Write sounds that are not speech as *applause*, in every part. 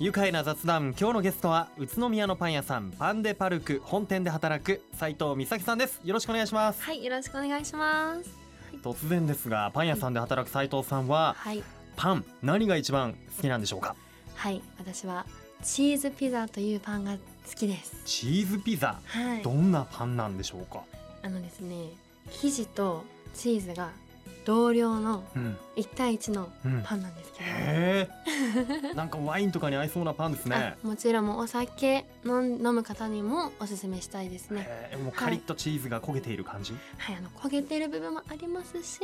愉快な雑談今日のゲストは宇都宮のパン屋さんパンデパルク本店で働く斉藤美咲さんですよろしくお願いしますはい、よろしくお願いします。突然ですがパン屋さんで働く斉藤さんははい、パン何が一番好きなんでしょうかはい、私はチーズピザというパンが好きです。チーズピザはいど。んなパンなんでしょうか、あのですね、生地とチーズが同量のうん一対一のうんパンなんですけど。へ *laughs* えなんかワインとかに合いそうなパンですねあもちろんお酒の飲む方にもおすすめしたいですね。へえもうカリッとチーズが焦げている感じ、はい、あの焦げてる部分もありますし、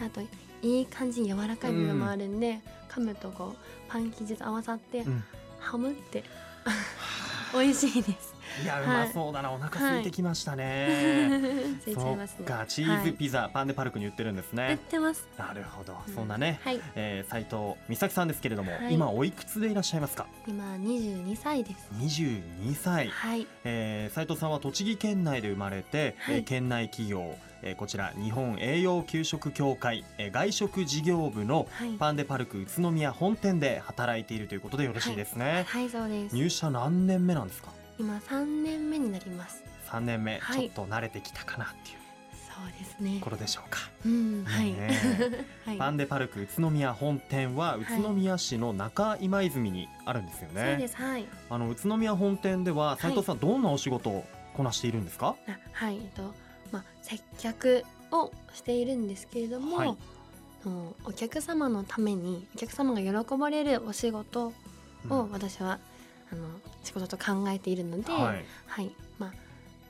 あといい感じに柔らかい部分もあるんで、噛むとこうパン生地と合わさって、うんハムって *laughs* 美味しいです。いやうまそうだな、お腹空いてきました *laughs* ね、ついちゃいますそっね。かチーズはいピザ、パンデパルクに売ってるんです売っねてます。なるほどそんなね、はい、えー、斉藤美咲さんですけれども、はい今おいくつでいらっしゃいますか今二十二歳です。 22歳、はい、えー、斉藤さんは栃木県内で生まれて、はいえー県内企業、えー、こちら日本栄養給食協会、えー、外食事業部のはい、パンデパルク宇都宮本店で働いているということでよろしいですね、はい、そうです。入社何年目なんですか今三年目になります。 3年目、はいちょっと慣れてきたかなっていうそうですねとこ。ろでしょうか、うん、はい、ねえはい、パンデパルク宇都宮本店は宇都宮市の中今泉にあるんですよね、そうです。はい、あの宇都宮本店でははい斉藤さん、どんなお仕事をこなしているんですかあはい、えっと、まあ、接客をしているんですけれども。はいあのお客様のためにお客様が喜ばれるお仕事を私は、あの仕事と考えているので、ははいい、まあ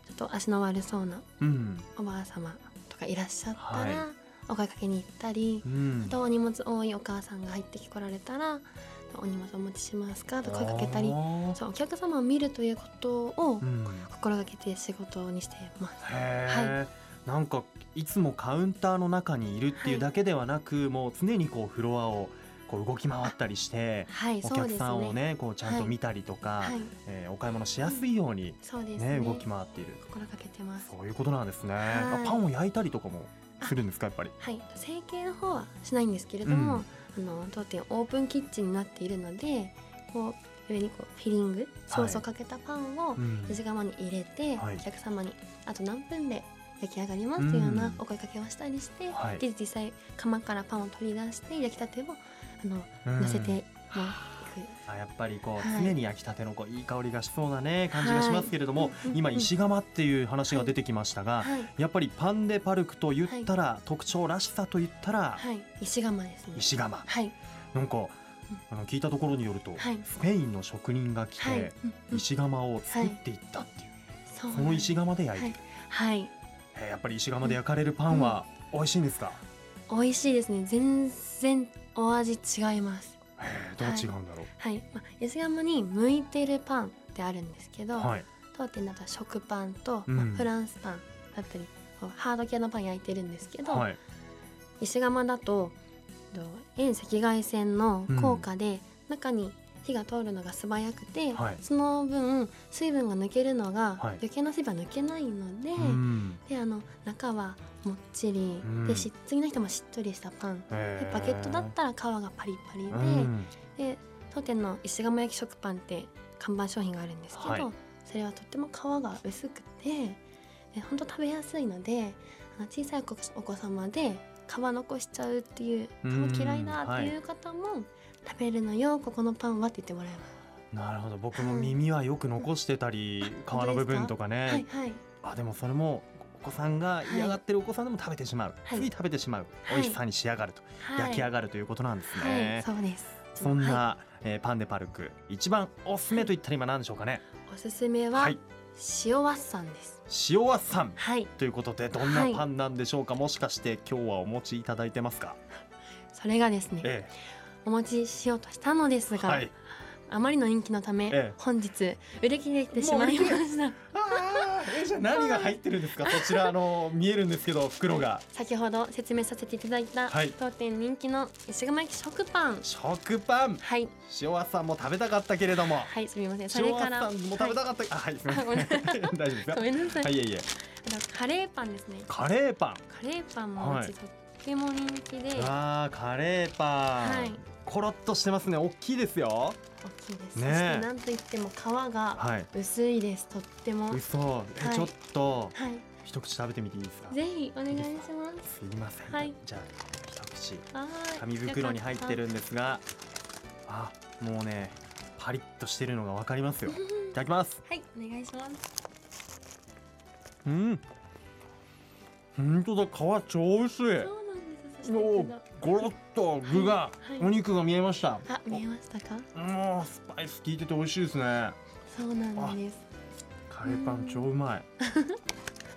ちょっと足の悪そうなうんおばあ様とかいらっしゃったら、はお声かけに行ったりうあんとお荷物多いお母さんが入ってきこられたら「お荷物お持ちしますか?」と声かけたりあーそうお客様を見るということをうん心がけて仕事にしてます。へーなんかいつもカウンターの中にいるっていうだけではなく、もう常にこうフロアをこう動き回ったりして、はい、お *laughs* そう客ですさんをね。ねこうちゃんと見たりとか、はい、えーお買い物しやすいように、そうですねね。動き回っている心がけてます。そういうことなんですね、はいあパンを焼いたりとかもするんですかやっぱりはい、整形の方はしないんですけれども、うんあの当店オープンキッチンになっているので、こう上にこうフィリングソースをかけたパンをうん手近に入れて、はいお客様にあと何分で焼き上がりますというよううんなお声かけをしたりして、はいで実際釜からパンを取り出して焼きたてをあのうん乗せてもいく、あやっぱりこう、はい常に焼きたてのこういい香りがしそうなね感じがしますけれども、うんうん今石窯っていう話が出てきましたが、はいやっぱりパンデパルクと言ったら、特徴らしさと言ったら、はい石窯ですね石窯はいなんか、あの聞いたところによると、はいスペインの職人が来て、はい、うんうん石窯を作っていったっていう、そうこの石窯で焼いてはるい、、はい、えーやっぱり石窯で焼かれるパンは美味しいんですか、美味しいですね全然お味違いますえーどう違うんだろうはい、まあ、石窯に向いてるパンってあるんですけど、はい、当店だと食パンと、うんまあフランスパンだったりこうハード系のパン焼いてるんですけど、はい石窯だとえっと遠赤外線の効果で中に火が通るのが素早くて、はいその分水分が抜けるのはが、い余計な水分は抜けないので,、うんであの中はもっちり、うんでし次の人もしっとりしたパンでえーバケットだったら皮がパリパリで、うんで当店の石窯焼き食パンって看板商品があるんですけど、はいそれはとっても皮が薄くてで本当食べやすいのであの小さいお子お子様で皮残しちゃうっていううん皮嫌いだっていう方も、食べるのよここのパンはって言ってもらえます。なるほど僕も耳はよく残してたり皮本当ので部すか分とかね、はいはいあでもそれもお子さんがい嫌がってるお子さんでも食べてしまう、はいつい食べてしまう、はい美味しさに仕上がると、はい、焼き上ががるということなんですはい、ね、そうです。そんな、はえーパンデパルク一番おすすめといったら今何でしょうかねいおすすめは、はい塩ワッサンです。塩和さんはい、ということでどんなはいパンなんでしょうか、もしかして今日はお持ちいただいてますか、それがですね、えお持ちしようとしたのですえが、はいあまりの人気のため、ええ本日売り切れてしまいましたあーえじゃあ何が入ってるんです *laughs* かこちらあの見えるんですけど袋が先ほど説明させていただいた、はい当店人気の石窯焼き食パン食パンはい塩和さんも食べたかったけれども、はいすみませんそれ塩か和らさんも食べたかった、あはいすみませんごめんなさい *laughs* 大丈夫ですよはい、ごめんなさい、はいいえいえあとカレーパンですねカレーパンカレーパンもうはいちとっても人気で、わあカレーパン、はいコロッとしてますね大きいですよ大きいです、ねえそしてなんといっても皮がはい薄いですとってもは嘘え、はいちょっとい一口食べてみていいですかぜひお願いしますすいません、はいじゃあ一口はーい紙袋に入ってるんですがあもうねパリッとしてるのがわかりますよ *laughs* よいかったただきますはいお願いしますうん本当だ皮超薄いそうなんですそおしてこのゴロッと具が、はいお肉が見えましたあ見えましたかもうスパイス効いてて美味しいですねそうなんですカレーパン超うまい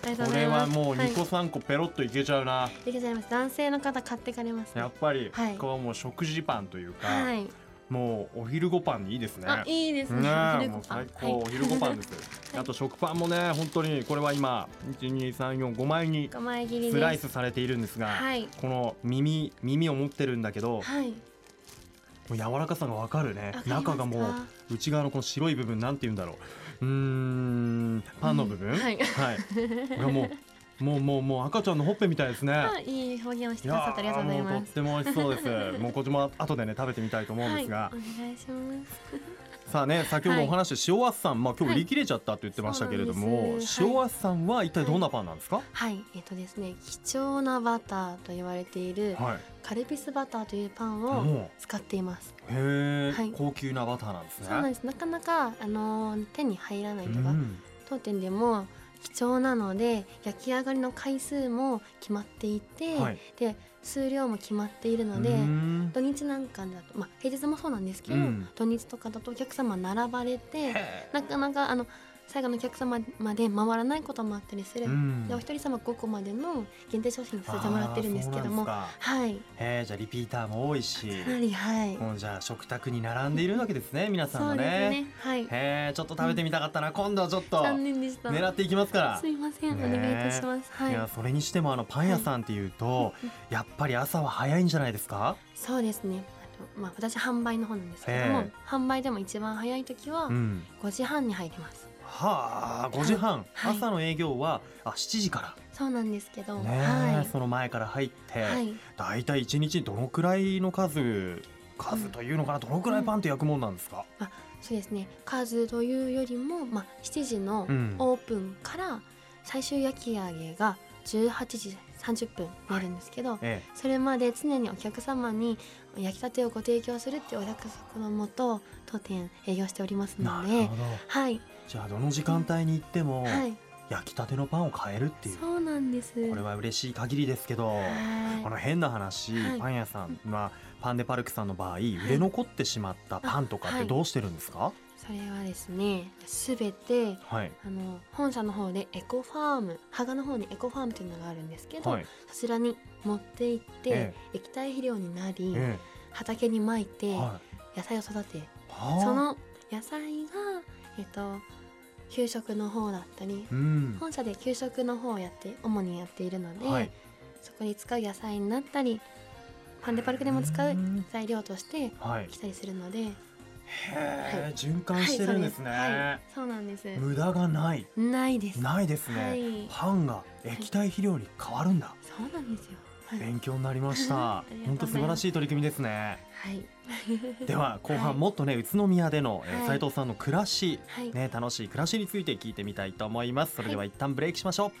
ありこがとうござれいまはすもう2個は3個ペロッといけちゃうな、い、できちゃいます男性の方買ってかれますねやっぱり、はいこれはもう食事パンというか、はいもうお昼ごパンにいいですねあいいですねおえ昼もごう飯最高、お *laughs* 昼ごパンです、はいあと食パンもね本当にこれは今12345枚に5枚切りですスライスされているんですが、はいこの耳耳を持ってるんだけど、はいもう柔らかさがわかるねわかりますか中がもう内側のこの白い部分なんて言うんだろううーんパンの部分、うんはい *laughs* がもうもうもうもう赤ちゃんのほっぺみたいですねあいい表現をしていくださってありがとうございーもまうとっすても美味しそうです *laughs* もうこっちも後でね食べてみたいと思うんですが、はい、お願いしますさあね先ほどお話し、塩あっさんまあ今日売り切れちゃったって言ってましたけれども、はいそう塩あなっさんは一体どんなパンなんですかはいえっ、とですね貴重なバターと言われているはい、カルピスバターというパンをも使っていますうへえ、はい高級なバターなんですねそうなんですなかなかあのー手に入らないとかうん当店でも貴重なので焼き上がりの回数も決まっていて、はいで数量も決まっているので、うん土日なんかだと、まあ、平日もそうなんですけど、うん土日とかだとお客様並ばれてへなかなかあの最後のお客様まで回らないこともあったりする、うんでお一人様5個までの限定商品にさせてもらってるんですけあどーそうもなんですかはいへえじゃあリピーターも多いしかなりはい、もうじゃあ食卓に並んでいるわけですね皆さんそがうねですねはいへえちょっと食べてみたかったな、今度はちょっと残念でした狙っていきますからすいません、ねお願いいたしますはいいやそれにしてもあのパン屋さんっていうと、やっぱり朝は早いんじゃないですか、そうですねあのまあ私販売の方なんですけども、ええ販売でも一番早い時はうん、 5時半に入ります、はあ5時半、はい朝の営業はあ7時かそうなんですけど、ら、ねはその前から入って、い、はい、だいたい1日どのくらいの数数というのかなどのくらいパンって焼くもんなんですか、そうですね数というよりも、まあ、7時のうんオープンから最終焼き上げが18時30分になるんですけど、えそれまで常にお客様に焼きたてをご提供するっていうお約束のもと当店営業しておりますえ、なのるでほどはい、じゃあどの時間帯に行っても、はい、焼きたてのパンを買えるっていうそうなんですこれは嬉しい限りですけど、はいこの変な話、はいパン屋さんはパンデパルクさんの場合売れ残ってしまったパンとかっあはていどうしてるんですか、それはですねすべてはい、あの本社の方でエコファーム芳賀の方にエコファームというのがあるんですけど、はい、そちらに持って行って、え液体肥料になり、え畑にまいえては野菜を育て、い、はあそ、の野菜がえっ、と給食の方だったり、うん、本社で給食の方をやって主にやっているので、はい、そこに使う野菜になったりパンデパルクでも使う材料としてはい、来たりするのでへえ、はい循環してるんですね、はいそうなんです、はいそうなんで無駄がない、すないですないですね、はいパンが液体肥料に変わるんだ、そうなんですよはい、勉強になりましたありがとうございます本当素晴らしい取り組みですねはいでは後半もっとね宇都宮での、えーはい斉藤さんの暮らしはいね、楽しい暮らしについて聞いてみたいと思いますそれではは一旦ブレイクしましょう、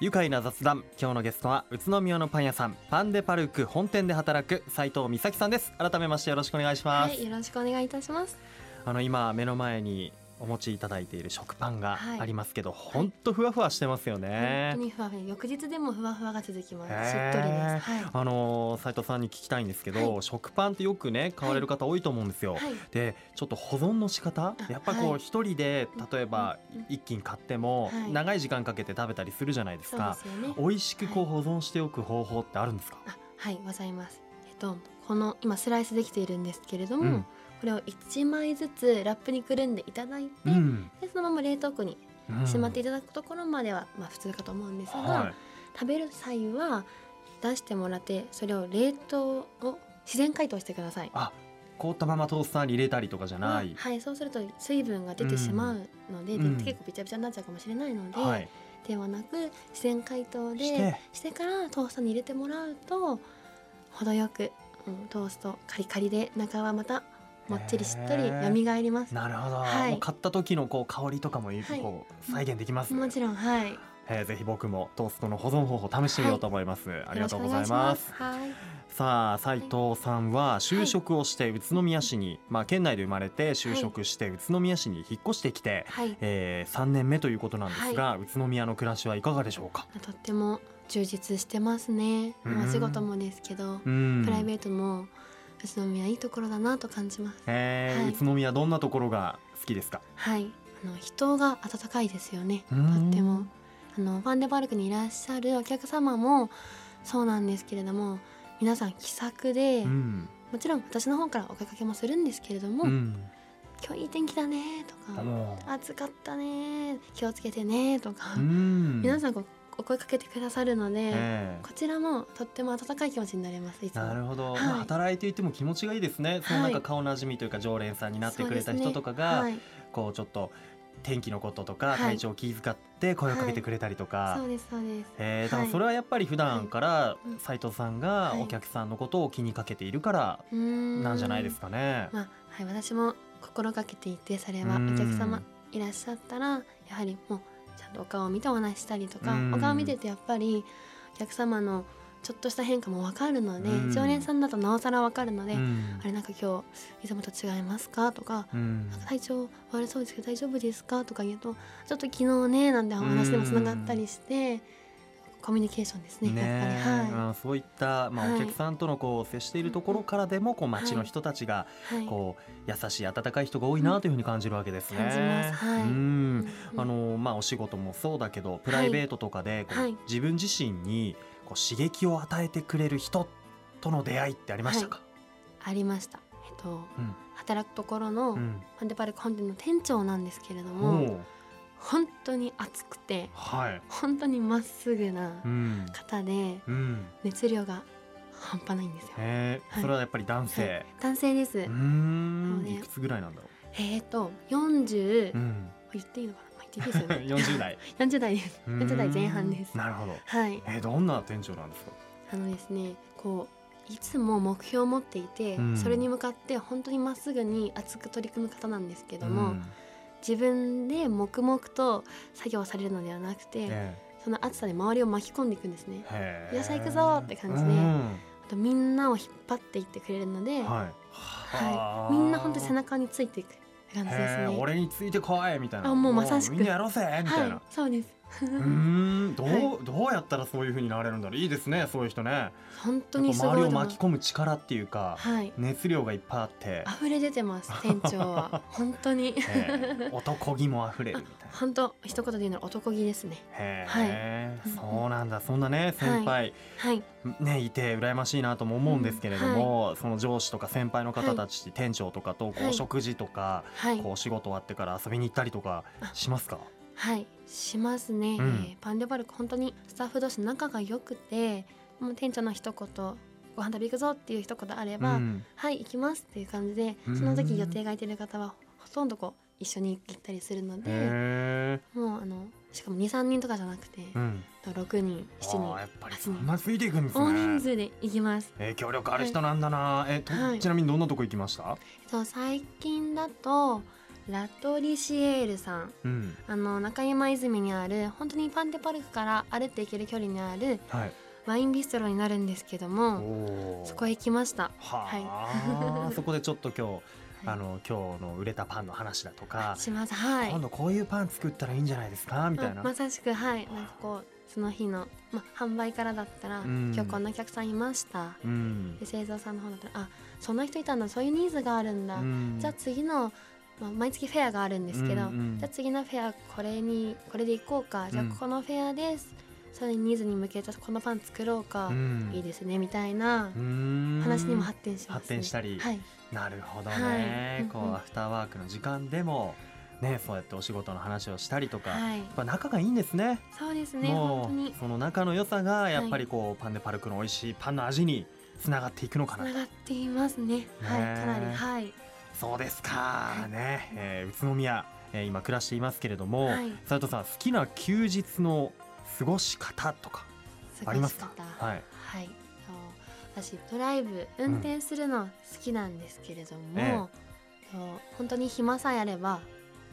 愉快な雑談今日のゲストは宇都宮のパン屋さんパンデパルク本店で働く斉藤美咲さんです改めましてよろしくお願いします、はい、よろしくお願いいたします。あの今目の前にお持ちいただいている食パンがはいありますけど、ほんとふわふわしてますよね本、当にふわふわ、翌日でもふわふわが続きます。しへっとりーです。はい。あのー斉藤さんに聞きたいんですけど、は食パンってよくね買われる方多いと思うんですよ、はい。でちょっと保存の仕方やっぱこはうい一人で例えばうんうん一斤買ってもはい長い時間かけて食べたりするじゃないですそうでかすよね。美味しくこう保存しておく方法ってあるんですかあ、はい、ございます。えっと、この今スライスできているんですけれども、うんこれを一枚ずつラップにくるんでいただいて、うんでそのまま冷凍庫にうんしまっていただくところまでは、まあ普通かと思うんですが、は食べる際は出してもらって、それを冷凍を自然解凍してください。あい凍ったままトースターに入れたりとかじゃないはい、そうすると水分が出てしまうので、うんで結構びちゃびちゃになっちゃうかもしれないので、はいではなく自然解凍でししててからトースターに入れてもらうと程よくうん、トーストカリカリで中はまたもっちりしっとへりーよみがえります。なるほど、はいもう買った時のこう香りとかもいはいこう再現できます、もちろんはい。よえーぜひ僕もトーストの保存方法試してみようと思います、ありろがしとくうおご願ざいいしまますす。はい。さあ斉藤さんは就職をして宇都宮市に、まあ県内で生まれて就職して宇都宮市に引っ越してきて、はい。えー、3年目ということなんですが、宇都宮の暮らしはいかがでしょうかとっても充実してますね。うんお仕事もですけど、うんプライベートも宇都宮いいところだなと感じます。えーはい宇都宮どんなところが好きですかはい。あの人が温かいですよね。ととってもあのファンデパルクにいらっしゃるお客様もそうなんですけれども、皆さん気さくで、うんもちろん私の方からお声かけもするんですけれども、うん今日いい天気だねとか、も暑かったね気をつけてねとか、ううん皆ん、さんこうお声かけてくださるので、えーこちらもとっても温かい気持ちになれますいつもなるほど、はいまあ働いていても気持ちがいいですね、そのなんか顔なじみというか常連さんになってくれた人とかが、そうですねこうちょっと天気のこととはかい体調を気遣って声をかけてくれたりとか、はい、そうですそうですえー、多はい分それはやっぱり普段からうん斉藤さんがはいお客さんのことを気にかけているからうーんなんじゃないですかね。まあはい私も心がけていてそれはうおん客様いらっしゃったらやはりもうちゃんとお顔を見てお話ししたりとかうんお顔見ててやっぱりお客様のちょっとした変化もわかるのでうん常連さんだとなおさらわかるので、うんあれなんか今日いつもと違いますかとかうんなんか体調悪そうですけど大丈夫ですかとか言うとちょっと昨日ねなんてお話でもつながったりしてコミュニケーションですねねやっぱりえまあ、そういった、まあ、はおい客さんとのこう接しているところからでもこう街のはい人たちがはい、はいこう優しい温かい人が多いなというふうに感じるわけですね。感じますはいうんうんあのまあ、お仕事もそうだけどプライベートとかでこう、はい自分自身にこう刺激を与えてくれる人との出会いってありましたか、ありましたえっと、うん働くところの、うフんァンデパルク本店の店長なんですけれども、もう本当に熱くてはい、本当にまっすぐなうん方でうん熱量が半端ないんですよ、へえはいそれはやっぱり男性、は男性です、うーん、そうねいくつぐらいなんだろえっと40、う、うん、 *laughs* 言っていいのかな、まあ、言っていいですよね40代40代ですうーん40代前半ですなるほどはいえー、どんな店長なんですかあのですねこういつも目標を持っていて、うんそれに向かって本当にまっすぐに熱く取り組む方なんですけどうも、ん自分で黙々と作業されるのではなくて、えその熱さで周りを巻き込んでいくんですねえへえよっしゃ行くぞって感じでうんあとみんなを引っ張っていってくれるので、はい、はい、みんな本当に背中中についていく感じですへえね俺についてこいみたいなあもうまさしくみんなやろうぜみたいな、はいそうですうーんどう、はどうやったらそういう風になれるんだろういいですねそういう人ね本当にすごやっいぱ周りとを思う巻き込む力っていうか、はい熱量がいっぱいあって、溢れ出てます店 *laughs* 長は本当にええ男気もあふれるみたいな本当一言で言うなら男気ですねへえ、はいそうなんだそんなね先輩、はいねいて羨ましいなとも思うんですけれども、その上司とか先輩の方たち、店長とかとこう、はい食事とか、はいこう仕事終わってから遊びに行ったりとかしますかはいしますね、うんえーパンデバルク本当にスタッフ同士仲が良くてもう店長の一言ご飯食べ行くぞっていう一言あれば、うんはい行きますっていう感じでうんその時予定が空いてる方はほとんどこう一緒に行ったりするのでへえ、もうあのしかも23人とかじゃなくてうん、 6人あ7ーや人っぱりそんなついていくんです大人ね数で行きます。影響力ある人なんだな、えとはいちなみにどんなとこ行きました、そう最近だとラトリシエールさんうんあの中山泉にある本当にパンデパルクから歩いて行ける距離にあるはい、ワインビストロになるんですけどもおーそこへ行きましたはあ、は *laughs* いそこでちょっと今日、はいあの今日の売れたパンの話だとか、しますはい今度こういうパン作ったらいいんじゃないですかみたいな、ままさしくはいなんかこうその日の、ま、販売からだったら、うん今日こんなお客さんいましたうんで製造さんの方だったらあそんな人いたんだそういうニーズがあるんだ、うんじゃあ次の、まあ、毎月フェアがあるんですけど、うんうんじゃあ次のフェアこれにこれで行こうかじゃあうんこのフェアです、それにニーズに向けたこのパン作ろうか、うんいいですねみたいなうん話にも発展します、ね、発展したりはいなるほどはいね、うんこううんアフターワークの時間でもねそうやってお仕事の話をしたりとか、やはいっぱ仲がいいんですねそうですね本も当にうその仲の良さがやっぱりこう、パンデパルクの美味しいパンの味につながっていくのかつなながっていますねはいねかなりはいそうですかいね、えー宇都宮、えー今暮らしていますけれども、はい斉藤さん好きな休日の過ごし方とか過ごし方ありますか、はい、はい、あの私ドライブ運転するの好きなんですけれども、そう本当に暇さえあれば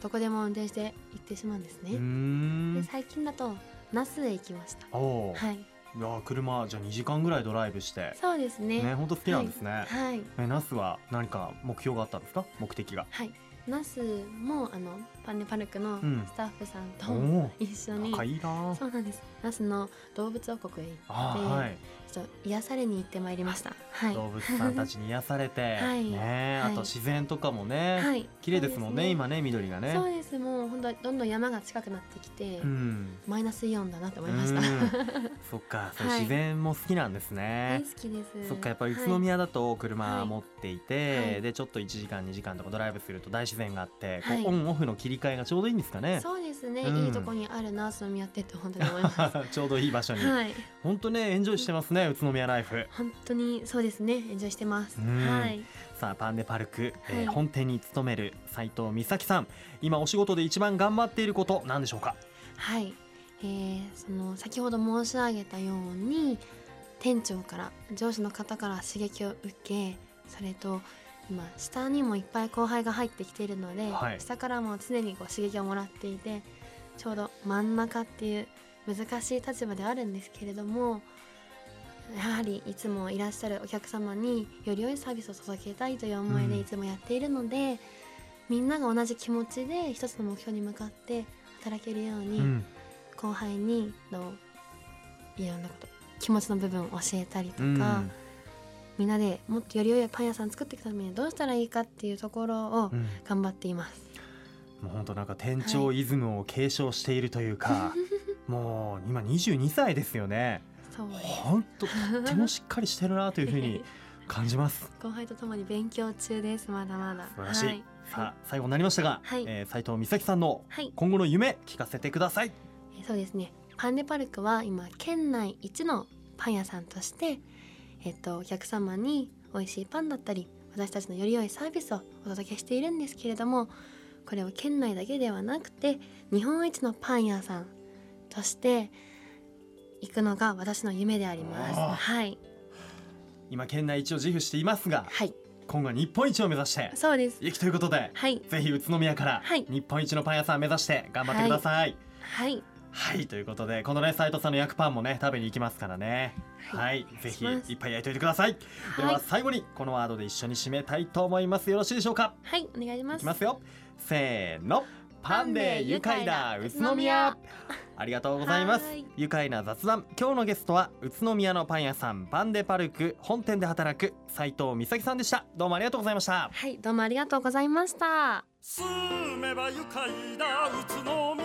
どこでも運転して行ってしまうんですうーね、でん最近だと那須へ行きましたおお、い、はいや車じゃあ2時間ぐらいドライブしてそうですねね本当好きなんですね、はいえナスは何か目標があったんですか目的がはい那須もあのパンネパルクうのんスタッフさんおとお一緒に、仲いいなそうなんです那須の動物王国へ行って、あーはいちょっと癒されに行ってまいりましたはい動物さんたちに癒されて、 *laughs* はいねあはとい自然とかもね、はい綺麗ですもんねそう今ね緑がでねすそうですもう本当どんどん山が近くなってきて、んマイナスイオンだなと思い *laughs* ました、うんそっか、そういうはい自然も好きなんです大ね好きですそっかやっぱり宇都はい宮だとは車い持っていて、はいでちょっと1時間2時間とかドライブすると大自然があって、こうはいオンオフの切り替えがちょうどいいんですかねそうですね、うんいいとこにあるな宇都宮ってって本当に思い *laughs* ますはちょうどいい場所に、いほんとねエンジョイしてますね宇都宮ライフ本当にそうですねエンジョイしてますうんはいさあパンデパルク、えーはい本店に勤める斉藤美咲さん今お仕事で一番頑張っていることなんでしょうかはい、えーその先ほど申し上げたように店長から上司の方から刺激を受けそれと今下にもいっぱい後輩が入ってきているので、はい下からも常にこう刺激をもらっていてちょうど真ん中っていう難しい立場ではあるんですけれどもやはりいつもいらっしゃるお客様により良いサービスを届けたいという思いでうんいつもやっているので、みんなが同じ気持ちで一つの目標に向かって働けるように、うん後輩にのいろんなこと気持ちの部分を教えたりとか、うんみんなでもっとより良いパン屋さん作っていくためにはどうしたらいいかっていうところをうん頑張っています。もう本当なんか店長イズムを継承しているというか、 *laughs* もう今22歳ですよねそうです本当とってもしっかりしてるなというふうに感じます後輩とともに勉強中ですまだまだ。素晴らしいはいさあ最後になりましたが、はいえー斉藤美咲さんのはい、今後の夢聞かせてくださいえそうですねパンデパルクは今県内一のパン屋さんとして、えっと、お客様に美味しいパンだったり私たちのより良いサービスをお届けしているんですけれどもこれを県内だけではなくて日本一のパン屋さんとして行くのが私の夢であります。あーはい、今県内一を自負していますがはい、今後は日本一を目指してそうです。いくということではい、ぜひ宇都宮からはい日本一のパン屋さん目指して頑張ってください。はい、はい、ということでこのね斉藤さんの焼くパンもね食べに行きますからね。ははい、ぜひお願いしますいっぱい焼いておいてください。では、はい最後にこのワードで一緒に締めたいと思います。よろしいでしょうか。はい、お願いしいまきす。ますよ。せーの。パンで愉快だ宇都宮。ありがとうございますはい。愉快な雑談。今日のゲストは宇都宮のパン屋さんパンデパルク本店で働く斉藤美咲さんでした。どうもありがとうございました。はい、どうもありがとうございました。住めば愉快だ宇都宮